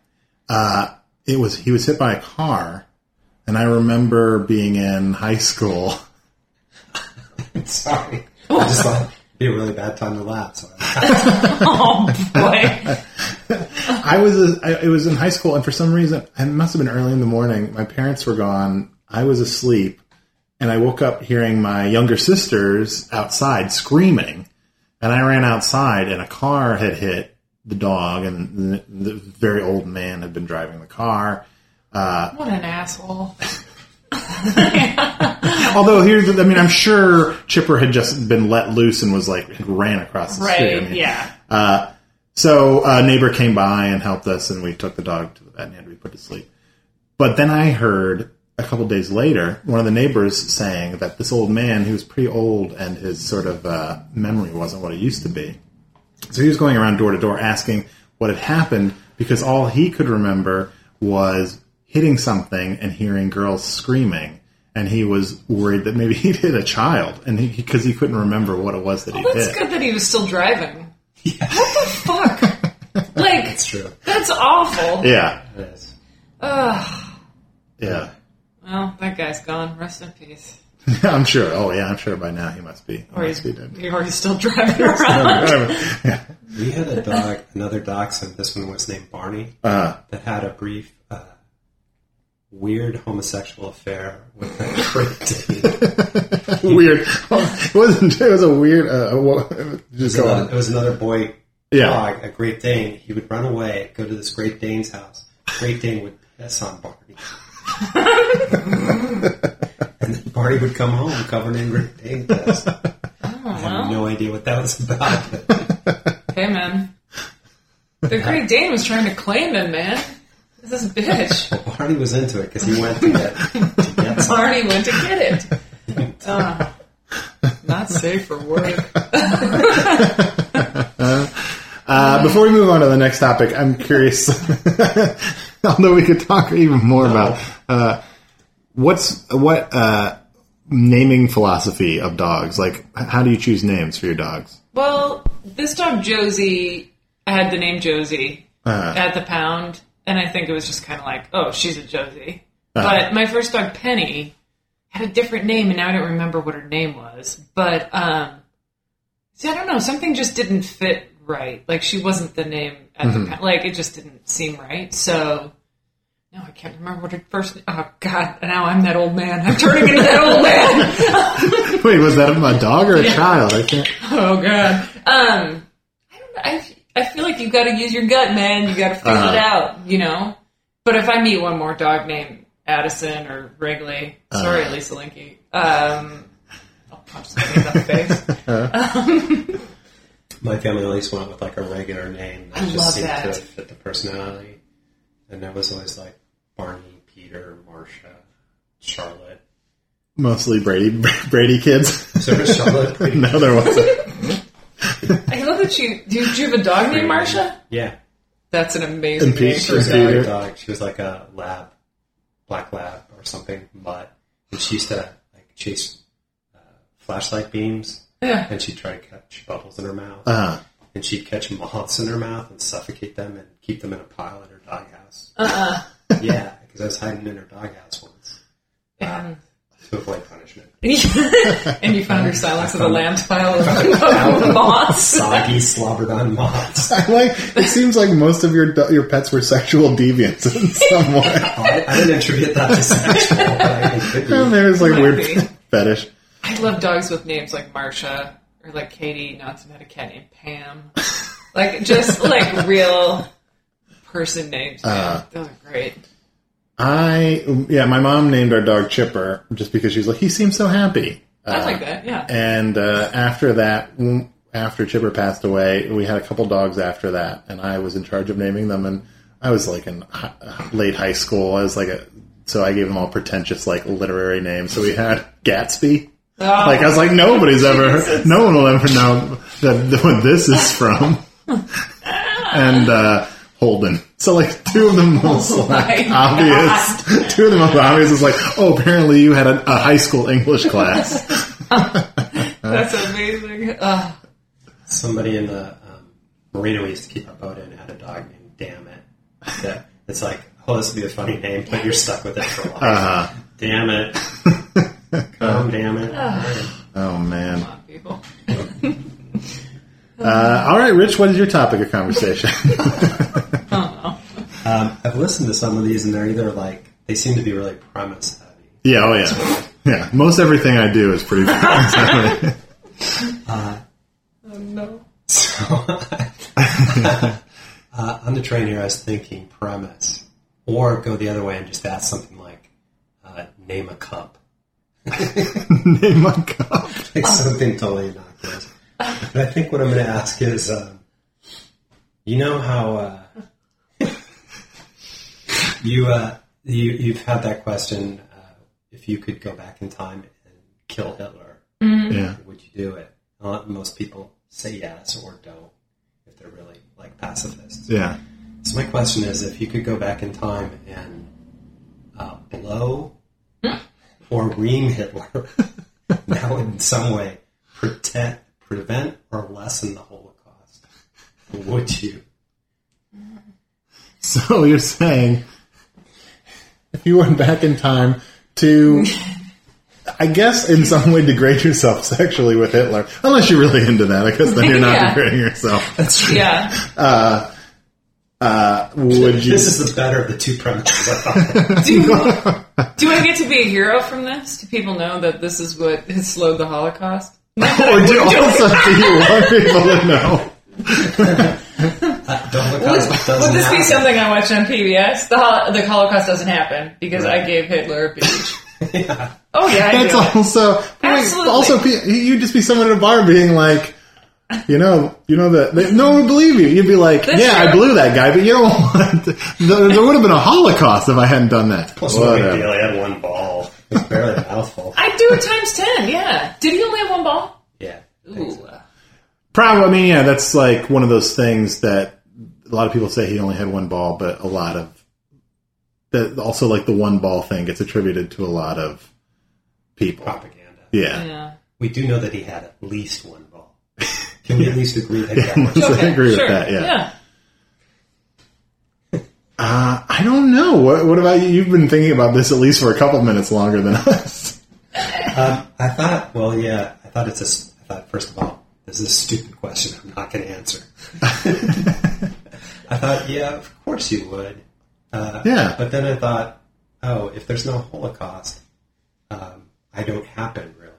uh, it was he was hit by a car, and I remember being in high school.
Sorry. I just thought it'd be a really bad time to laugh. So I
Uh,
oh boy.
I was I, it was in high school, and for some reason, it must have been early in the morning. My parents were gone. I was asleep, and I woke up hearing my younger sisters outside screaming, and I ran outside, and a car had hit the dog, and the, the very old man had been driving the car.
What an asshole.
Although here's, the- I mean, I'm sure Chipper had just been let loose and was like had ran across the street. I
Right,
mean,
yeah.
So a neighbor came by and helped us, and we took the dog to the vet and had to be put to sleep. But then I heard a couple days later one of the neighbors saying that this old man, who was pretty old and his sort of uh, memory wasn't what it used to be, so he was going around door to door asking what had happened because all he could remember was hitting something and hearing girls screaming. And he was worried that maybe he'd hit a child, and because he, couldn't remember what it was that he
Oh, That's
did.
good that he was still driving. What the fuck? like,
It's true.
that's awful.
Yeah,
It is.
Ugh.
yeah.
Well, that guy's gone. Rest in peace.
I'm sure. Oh yeah, I'm sure by now he must be.
Or
He must
he's,
be dead.
or he's still driving around.
Yeah.
We had a dog, another dachshund. This one was named Barney,
Uh,
that had a brief, uh, weird homosexual affair with a Great Dane.
weird. it wasn't. It was a weird. Uh, well, just go
Uh,
on.
it was another boy
Yeah. Uh,
dog, a Oh, Great Dane. He would run away, go to this Great Dane's house. Great Dane would piss on Barney. and then Barney would come home covered in Great Dane piss.
Oh,
I have no idea what that was about. but
Hey, man. The Great Dane was trying to claim him, man. This is bitch.
Barney was into it because he went to get, to get some.
Barney went to get it. Ah. not safe for work.
Uh, before we move on to the next topic, I'm curious. although we could talk even more about uh, what's what uh, naming philosophy of dogs. Like, h- how do you choose names for your dogs?
Well, this dog Josie had the name Josie
Uh-huh.
at the pound, and I think it was just kind of like, oh, she's a Josie. But my first dog Penny had a different name, and now I don't remember what her name was. But um, see, I don't know, something just didn't fit right. Like she wasn't the name at the pound. Like it just didn't seem right. So. No, I can't remember what her first. Oh God! Now I'm that old man. I'm turning into that old man.
Wait, was that a dog or a child? I can't.
Oh god. Um, I don't know. I, I feel like you've got to use your gut, man. You got to figure it out, you know. But if I meet one more dog named Addison or Wrigley, sorry, Lisa Linky, um, I'll punch somebody in the face.
My family at least went with like a regular name that
I
just
love
seemed
that.
to fit the personality. And I was always like Barney, Peter, Marcia, Charlotte.
Mostly Brady Brady kids.
So there's Charlotte. pretty-
no, there wasn't.
I love that you. Do you, do you have a dog named Marsha?
Yeah.
That's an amazing name.
Impeach
She
for a
was
Sure.
a
dog.
Peter.
great dog. She was like a lab, black lab or something, mutt. And she used to like chase uh, flashlight beams,
Yeah. Uh-huh.
and she'd try to catch bubbles in her mouth.
Uh,
and she'd catch moths in her mouth and suffocate them and keep them in a pile at her doghouse.
Uh-uh.
yeah, because I was hiding in her doghouse once uh, to avoid punishment.
and you found your Silence of the Lambs pile of, of moths.
Soggy, slobbered on moths.
I like. It seems like most of your do- your pets were sexual deviants in some way.
I, I didn't attribute that to sexual, but I think it could
Oh,
And
be.
there's like
Might
weird
be.
fetish.
I love dogs with names like Marsha or like Katie, not had a cat named Pam. Like just like real person names. man.
Uh,
Those are great.
I yeah, my mom named our dog Chipper just because she was like he seems so happy.
uh,
I like that. Yeah.
And uh, after that, mm, after Chipper passed away, we had a couple dogs after that, and I was in charge of naming them. And I was like in hi- uh, late high school. I was like a so I gave them all pretentious like literary names. So we had Gatsby.
Oh,
Like I was like nobody's ever, no one will ever know that that what this is from. and uh, Holden. So like two of the most like
my
obvious, two of the most obvious is like, oh, apparently you had a, a high school English class.
that's amazing. Ugh.
somebody in the um, marina we used to keep our boat in had a dog named Damn It. That it's like, oh, this would be a funny name, but you're stuck with it for life.
Uh-huh.
Damn it! Come, damn it!
Oh man.
Come on, people.
Uh, all right, Rich, what is your topic of conversation?
Um, I've listened to some of these, and they're either like they seem to be really premise heavy.
yeah, oh yeah, yeah. Most everything I do is pretty.
Oh no.
So uh, on the train here, I was thinking premise, or go the other way and just ask something like, uh, name a cup.
Name my cup.
It's something totally innocuous. But I think what I'm going to ask is, um, you know how uh, you, uh, you you've had that question: uh, if you could go back in time and kill Hitler,
Yeah,
would you do it? Uh, most people say yes or don't if they're really like pacifists.
yeah.
So my question is, if you could go back in time and uh, blow
Hmm?
or ream Hitler, that would in some way protect, prevent, or lessen the Holocaust. Would you?
So you're saying if you went back in time to, I guess, in some way, degrade yourself sexually with Hitler, unless you're really into that. I guess then you're not
Yeah.
degrading yourself.
Yeah.
Uh, would you?
This is the better of the two premises. I thought.
Do, do I get to be a hero from this? Do people know that this is what has slowed the Holocaust?
Or do also do you want people to know?
Don't look up, it doesn't
Would this be
happen.
something I watch on PBS? The, hol- the Holocaust doesn't happen because I gave Hitler a beach.
Yeah.
Oh yeah, I
That's
do. it.
also
Absolutely.
also pe- you'd just be someone at a bar being like, you know, you know that they, no one would believe you. You'd be like,
That's
yeah, I
true.
blew that guy, but you don't want. there, there would have been a Holocaust if I hadn't done that.
Plus, no big
Whatever.
deal. I had one ball. It was barely a mouthful.
I do it times ten. Yeah. Did he only have one ball?
Yeah. Thanks.
Ooh.
Probably. I mean, yeah, that's like one of those things that a lot of people say he only had one ball, but a lot of that also like the one ball thing gets attributed to a lot of people.
Propaganda.
Yeah,
Yeah.
We do know that he had at least one ball. Can we at least agree that he had one?
So I agree with
sure.
that, yeah. Uh, I don't know. What, what about you? You've been thinking about this at least for a couple minutes longer than us.
Um, I thought, well, yeah, I thought it's a s I thought, first of all, this is a stupid question I'm not going to answer. I thought, yeah, of course you would. Uh,
Yeah.
But then I thought, oh, if there's no Holocaust, um, I don't happen, really.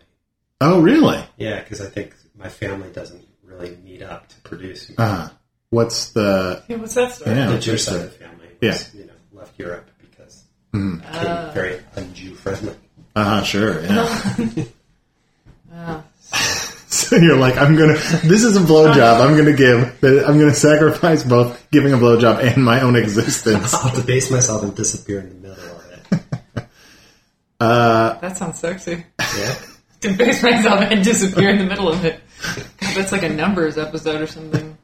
Oh, really?
Yeah, because I think my family doesn't really meet up to produce me.
Uh, what's the?
Yeah, What's that story?
Yeah,
the
what's
Jewish side
the-
of the family was, you know, left Europe because it became very un-Jew friendly.
Uh-huh, sure. Yeah. Uh. so you're like, I'm gonna. This is a blowjob. I'm gonna give. I'm gonna sacrifice both giving a blowjob and my own existence.
I'll debase myself and disappear in the middle of it.
That sounds sexy.
Yeah.
Debase myself and disappear in the middle of it. God, that's like a numbers episode or something.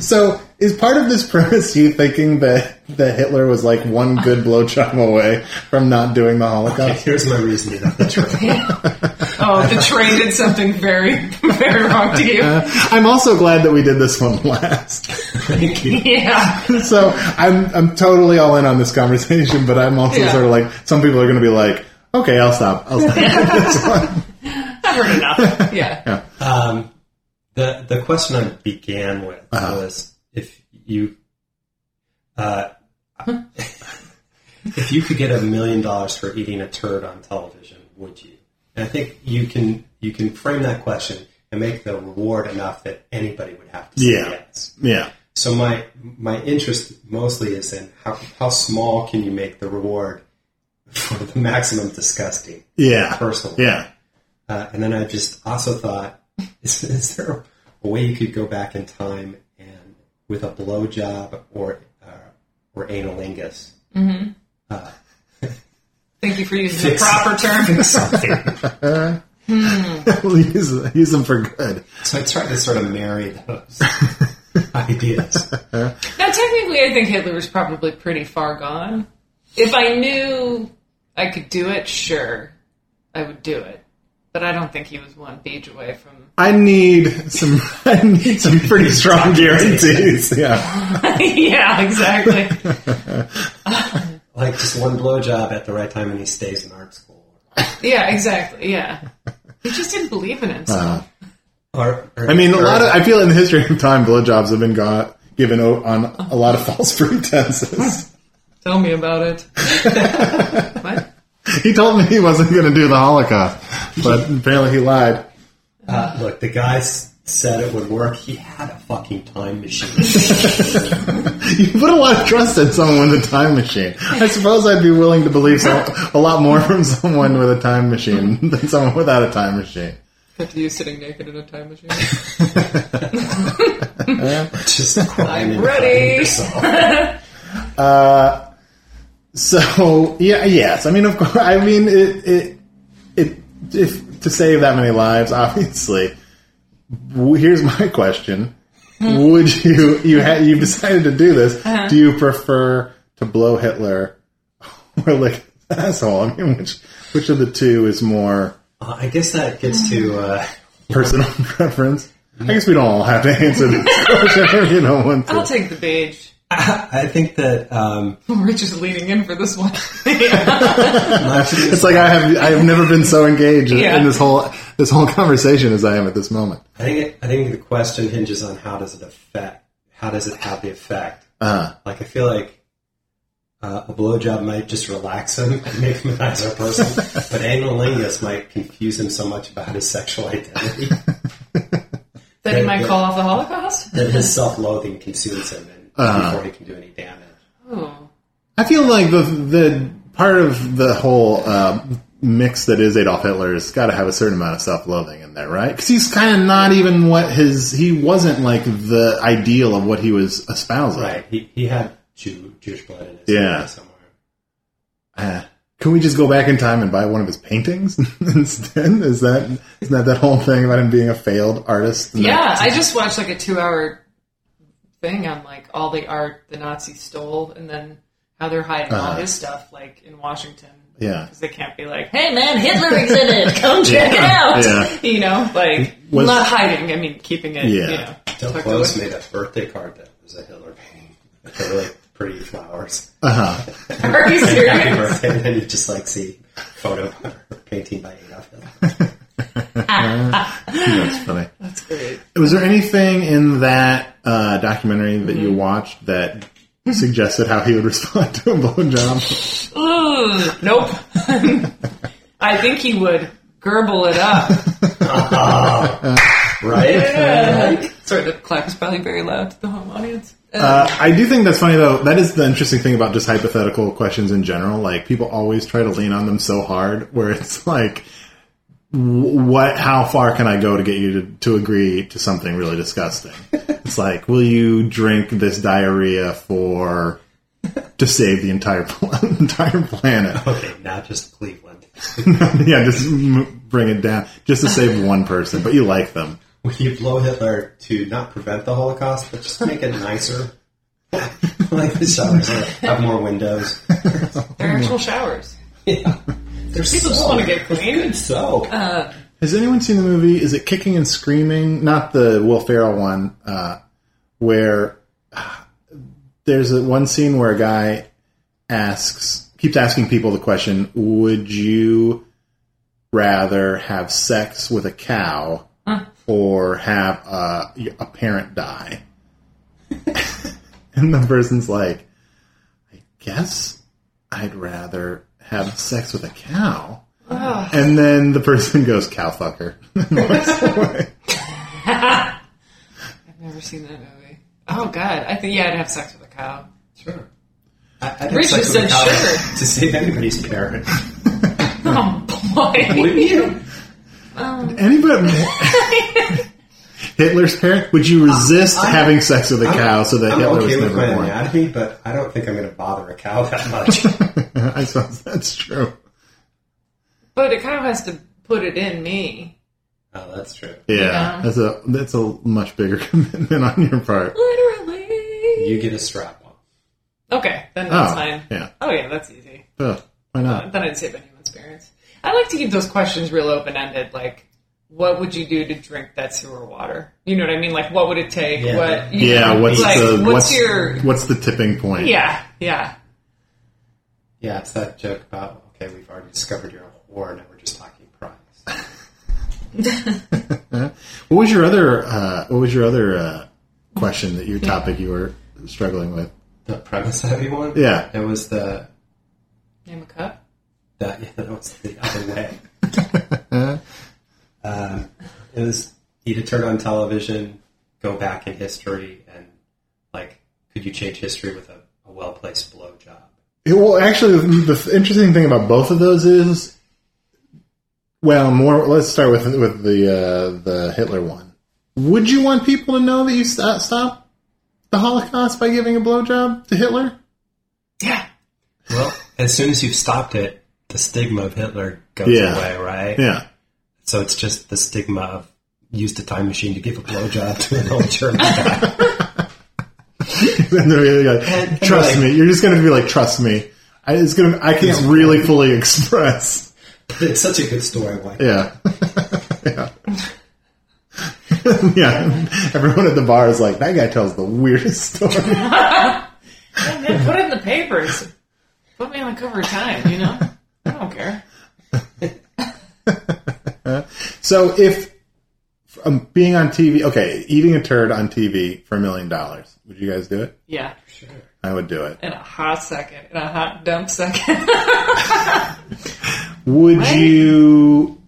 So is part of this premise you thinking that that Hitler was like one good blowjob away from not doing the Holocaust?
Here's my reasoning on the train.
Oh, the train did something very, very wrong to you.
I'm also glad that we did this one last.
Thank you.
Yeah.
so I'm I'm totally all in on this conversation, but I'm also
Yeah.
sort of like some people are going to be like, okay, I'll stop. I'll stop with this one.
I've heard enough. Yeah.
Um, the the question I began with
Uh-huh.
was if you, uh, if you could get a million dollars for eating a turd on television, would you? And I think you can you can frame that question and make the reward enough that anybody would have to say
Yeah.
yes.
Yeah,
So my my interest mostly is in how how small can you make the reward for the maximum disgusting
yeah,
personally.
yeah.
Uh, and then I just also thought, is, is there a way you could go back in time and with a blowjob or uh, or analingus,
Thank you for using the
Fix-
proper term.
something?
We'll use, use them for good.
so I tried to sort of marry those ideas.
Now, technically, I think Hitler was probably pretty far gone. If I knew I could do it, sure, I would do it. But I don't think he was one beach away from.
I need some. I need some pretty strong guarantees. Yeah,
yeah, exactly.
Like just one blowjob at the right time, and he stays in art school.
Yeah, exactly. Yeah. He just didn't believe in
Uh-huh.
himself.
Or, or
I mean, a lot of. I feel in the history of time, blowjobs have been got, given o- on a lot of false pretenses.
Tell me about it. what?
he told me he wasn't going to do the Holocaust, but apparently he lied.
Uh, look, the guy s- said it would work. He had a fucking time machine.
You put a lot of trust in someone with a time machine. I suppose I'd be willing to believe so, a lot more from someone with a time machine than someone without a time machine.
Cut to you sitting naked in a time machine.
just crying and
Ready.
fucking yourself.
So yeah, yes. I mean, of course. I mean, it, it, it, if to save that many lives, obviously. W- Here's my question: Would you you ha- you decided to do this? Do you prefer to blow Hitler or lick his asshole? I mean, which which of the two is more
Uh, I guess that gets to. Uh,
personal preference? I guess we don't all have to answer this question. if you don't want
I'll
to.
take the beige.
I think that um,
Rich is leaning in for this one.
It's like I have I have never been so engaged in-
Yeah.
in this whole this whole conversation as I am at this moment.
I think it, I think the question hinges on how does it affect how does it have the effect.
Uh,
Like I feel like uh, a blowjob might just relax him and make him a nicer person, but analingus might confuse him so much about his sexual identity
That he might call off the Holocaust?
that his self-loathing consumes him and
Uh-huh.
before he can do any damage.
Oh.
I feel like the the part of the whole uh, mix that is Adolf Hitler has got to have a certain amount of self loathing in there, right? Because he's kind of not even what his he wasn't like the ideal of what he was espousing.
Right? He he had Jew, Jewish blood in his
Yeah.
veins somewhere.
Uh, can we just go back in time and buy one of his paintings instead? Is that isn't that that whole thing about him being a failed artist? And
Yeah, I just watched like a two hour thing on like all the art the Nazis stole and then how they're hiding all his stuff like in Washington.
that- Uh-huh. yeah.
Because they can't be like, hey man, Hitler exhibit, come check it out.
Yeah.
You know, like
Was-
not hiding, I mean keeping it,
Yeah.
you know.
Del
tucked
Close
away.
made a birthday card that was a Hitler painting. with Really pretty flowers.
Are you
happy
serious?
birthday, and then you just like see photo or painting by Adolf Hitler.
That's funny.
That's great.
Was there anything in that uh, documentary that you watched that suggested how he would respond to a blowjob?
Ooh, nope. I think he would gerbil it up.
Right?
Like, sort of claps probably very loud to the home audience.
Uh, I do think that's funny though. That is the interesting thing about just hypothetical questions in general. Like people always try to lean on them so hard, where it's like, wh- what? How far can I go to get you to, to agree to something really disgusting? it's like, will you drink this diarrhea for to save the entire pl- entire planet?
Okay, not just Cleveland.
yeah, just m- bring it down just to save one person, but you like them.
Would you blow Hitler to not prevent the Holocaust, but just make it nicer? like the showers are- have more windows.
They're actual showers.
yeah. There's
People just want to get clean.
so.
Has anyone seen the movie? Is it Kicking and Screaming? Not the Will Ferrell one, uh, where ah, there's a, one scene where a guy asks, keeps asking people the question, "Would you rather have sex with a cow or have a, a parent die?" and the person's like, "I guess I'd rather have sex with a cow."
Ugh.
And then the person goes, cow fucker.
I've never seen that movie. Oh god, I think yeah, I'd have sex with a cow.
Sure. I, I'd have
Richard
sex with a
said
cow
sure.
To save anybody's parent.
Oh
Wouldn't
boy.
you?
Anybody. Hitler's parent? Would you resist
I'm-
having sex with a
I'm-
cow so that
I'm
Hitler
okay
was
with my
never born?
anatomy, but I don't think I'm going to bother a cow that much.
I suppose that's true.
But a cow has to put it in me.
oh, that's true.
Yeah,
Yeah.
that's a that's a much bigger commitment on your part.
Literally.
You get a strap on.
Okay, then that's
Oh,
fine.
yeah.
Oh yeah, that's easy.
Ugh, why not?
Then I'd save anyone's parents. I like to keep those questions real open ended, like what would you do to drink that sewer water? You know what I mean? Like what would it take?
Yeah.
What you
Yeah,
know,
what's
like,
the
what's,
what's
your
what's the tipping point?
Yeah, yeah.
Yeah, it's that joke about okay, we've already discovered you're a whore, now we're just talking prize.
What was your other uh, What was your other uh, question that your topic you were struggling with?
The premise heavy one.
Yeah.
it was the
Name a cup.
that yeah, that was the other way. uh, it was you to turn on television, go back in history, and like, could you change history with a, a well placed blowjob?
Yeah, Well, actually, the the interesting thing about both of those is, well, more. Let's start with with the uh, the Hitler one. Would you want people to know that you st- stop the Holocaust by giving a blowjob to Hitler?
Yeah.
Well, as soon as you've stopped it, the stigma of Hitler goes
Yeah.
away, right?
Yeah,
So it's just the stigma of used a time machine to give a blowjob to an old German guy.
and they're really like,
And-
trust
and
me. You're just going to be like, trust me. I, it's gonna. I can't really fully express.
it's such a good story. Why
Yeah, yeah. yeah, everyone at the bar is like, that guy tells the weirdest story.
And then put it in the papers. Put me on the cover of time, you know? I don't care.
So if um, being on TV, okay, eating a turd on TV for a million dollars, would you guys do it?
Yeah.
Sure.
I would do it.
In a hot second. In a hot dump second.
Would
Right.
you?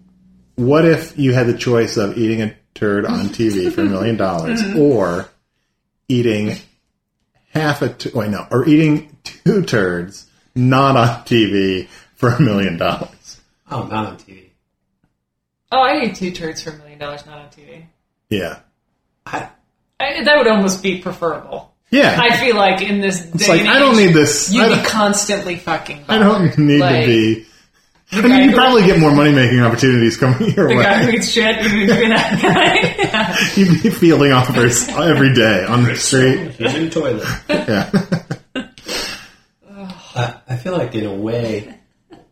What if you had the choice of eating a turd on TV for a million dollars, or eating half a tu- wait no, or eating two turds not on TV for a million dollars?
Oh, not on TV.
oh, I need two turds for a million dollars, not on TV.
Yeah,
I,
I, that would almost be preferable.
yeah.
I feel like in this day
it's like
and
I don't
age,
need this.
You
I
be
don't,
constantly fucking.
I don't need
like,
to be.
The
I mean, you
who-
probably get more money making opportunities coming your
the
way.
guy who eats shit. You mean that guy? Yeah.
You'd be fielding offers every day on the street.
He's in toilet.
Yeah.
I, I feel like in a way,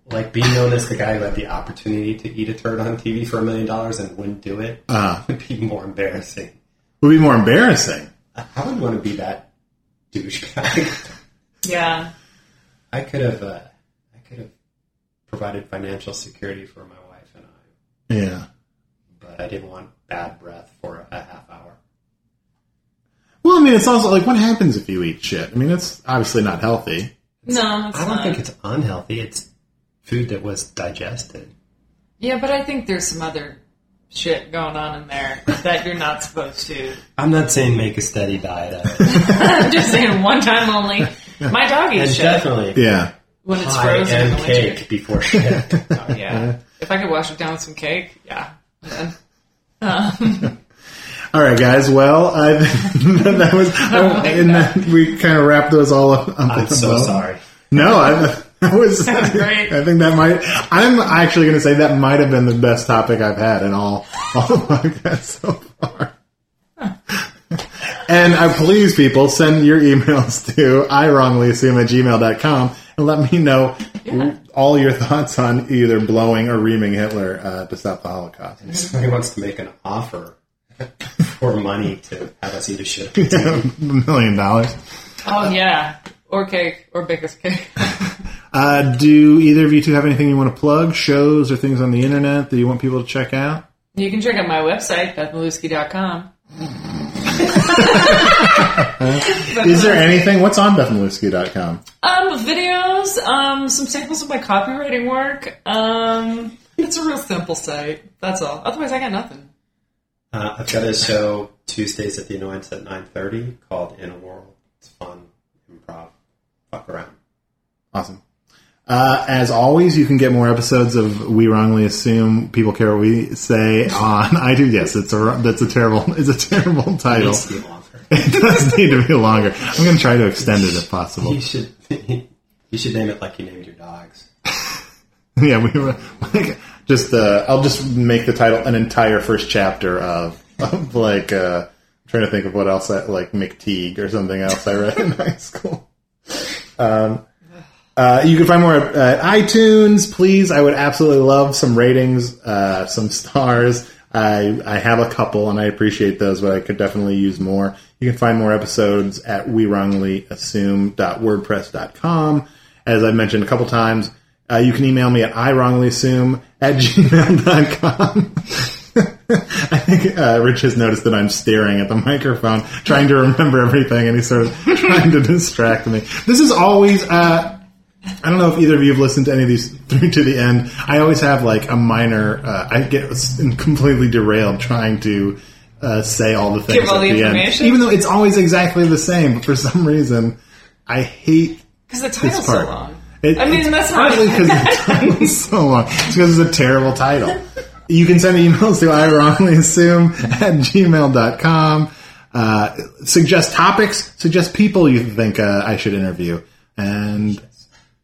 like being known as the guy who had the opportunity to eat a turd on TV for a million dollars and wouldn't do it
Uh,
would be more embarrassing.
would be more embarrassing.
I I wouldn't want to be that douchebag.
yeah.
I could have, uh, I could have provided financial security for my wife and I,
Yeah.
but I didn't want bad breath for a half hour.
Well, I mean, it's also like, what happens if you eat shit? I mean, that's obviously not healthy.
No, it's
I don't
not.
think it's unhealthy. It's food that was digested.
yeah, but I think there's some other shit going on in there that you're not supposed to.
I'm not saying make a steady diet of it.
I'm just saying, one time only. My dog eats
and
shit
definitely
Yeah.
when it's
pie
frozen in
and
the winter.
cake before shit.
Oh, yeah. If I could wash it down with some cake, yeah. Then- Um,
All right, guys. Well, I, that was, oh, and then we kind of wrapped those all up. up
I'm
at the
so
bottom.
sorry.
No, I, that was
That's great.
I think that might. I'm actually going to say that might have been the best topic I've had in all all of podcasts so far. And uh, please, people, send your emails to I wrongly assume at gmail.com and let me know all your thoughts on either blowing or reaming Hitler uh, to stop the Holocaust.
If somebody wants to make an offer for money to have us eat a shit.
million dollars.
Oh yeah, or cake, or bake us cake.
Uh, do either of you two have anything you want to plug? Shows or things on the internet that you want people to check out?
You can check out my website, bethmaluski.com.
Is there anything? What's on BethMaluski.com?
Um, videos, um, some samples of my copywriting work. Um, it's a real simple site. That's all. Otherwise, I got nothing.
Uh, I've got a show Tuesdays at the Annoyance at 9.30 called In a World. It's fun, improv, fuck around.
Awesome. Uh, as always, you can get more episodes of We Wrongly Assume People Care What We Say on iTunes. Yes, it's a that's a terrible it's a terrible title.
It's the offer.
It does need to be longer. I'm going to try to extend it if possible.
You should, you should name it like you named your dogs.
Yeah, we were like just uh, I'll just make the title an entire first chapter of, of like uh, I'm trying to think of what else I, like McTeague or something else I read in high school. Um, uh, you can find more at, at iTunes. Please, I would absolutely love some ratings, uh, some stars. I I have a couple and I appreciate those, but I could definitely use more. You can find more episodes at wewronglyassume.wordpress.com. As I've mentioned a couple times, uh, you can email me at iwronglyassume at gmail.com. I think uh, Rich has noticed that I'm staring at the microphone, trying to remember everything, and he's sort of trying to distract me. This is always. Uh, I don't know if either of you have listened to any of these through to the end. I always have like a minor. Uh, I get s- completely derailed trying to uh, say all the things
Give all
at
the
end.
information?
even though it's always exactly the same. But for some reason, I hate
Because the
this
title's so
part.
long.
It-
I mean,
it's
that's not-
partly because the title's so long. It's because it's a terrible title. You can send emails to I wrongly assume at gmail.com. Uh, suggest topics, suggest people you think uh, I should interview, and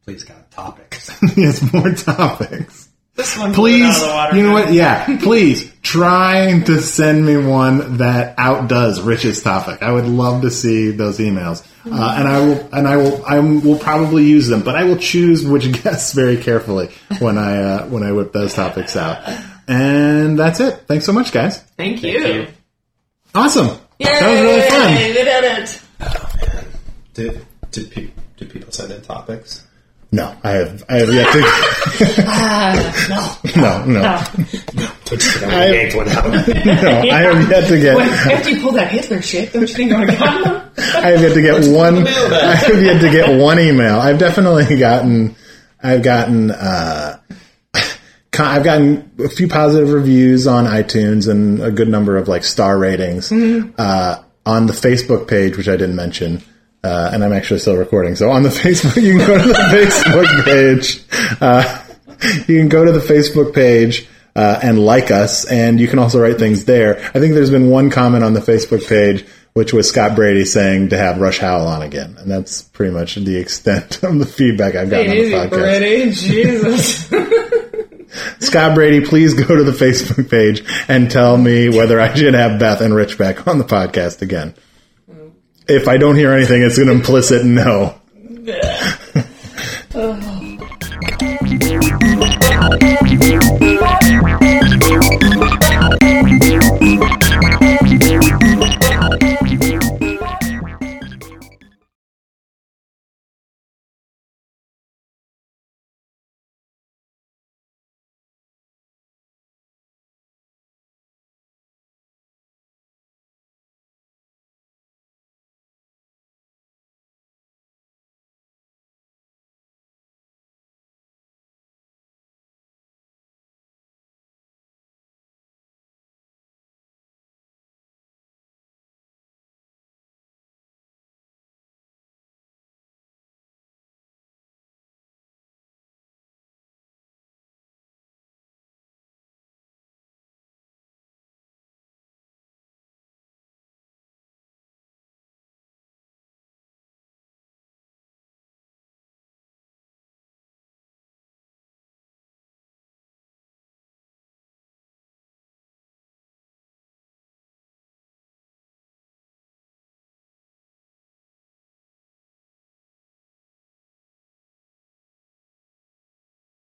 Please, God, topics.
yes, more topics.
This one blew it
Please,
out of the water.
you know what? Yeah, please try to send me one that outdoes Rich's topic. I would love to see those emails, uh, and I will, and I will, I will probably use them, but I will choose which guests very carefully when I uh, when I whip those topics out. And that's it. Thanks so much, guys.
Thank you.
you.
Awesome. That was really
Yay,
fun.
we did it.
Did, did, pe- did people send in topics?
No, I have, I have yet to. no, no, no.
I yanked one out.
I have yet to get.
When, after you pull that Hitler shit, don't you think I'm gonna come?
I have yet to get one. I have yet to get one email. I've definitely gotten. I've gotten. Uh, co- I've gotten a few positive reviews on iTunes and a good number of like star ratings uh, on the Facebook page, which I didn't mention. Uh, and I'm actually still recording. So on the Facebook, you can go to the Facebook page. Uh, you can go to the Facebook page uh, and like us, and you can also write things there. I think there's been one comment on the Facebook page, which was Scott Brady saying to have Rush Howell on again, and that's pretty much the extent of the feedback I've gotten
Easy,
on the podcast.
Brady. Jesus.
Scott Brady, please go to the Facebook page and tell me whether I should have Beth and Rich back on the podcast again. If I don't hear anything, it's an implicit no.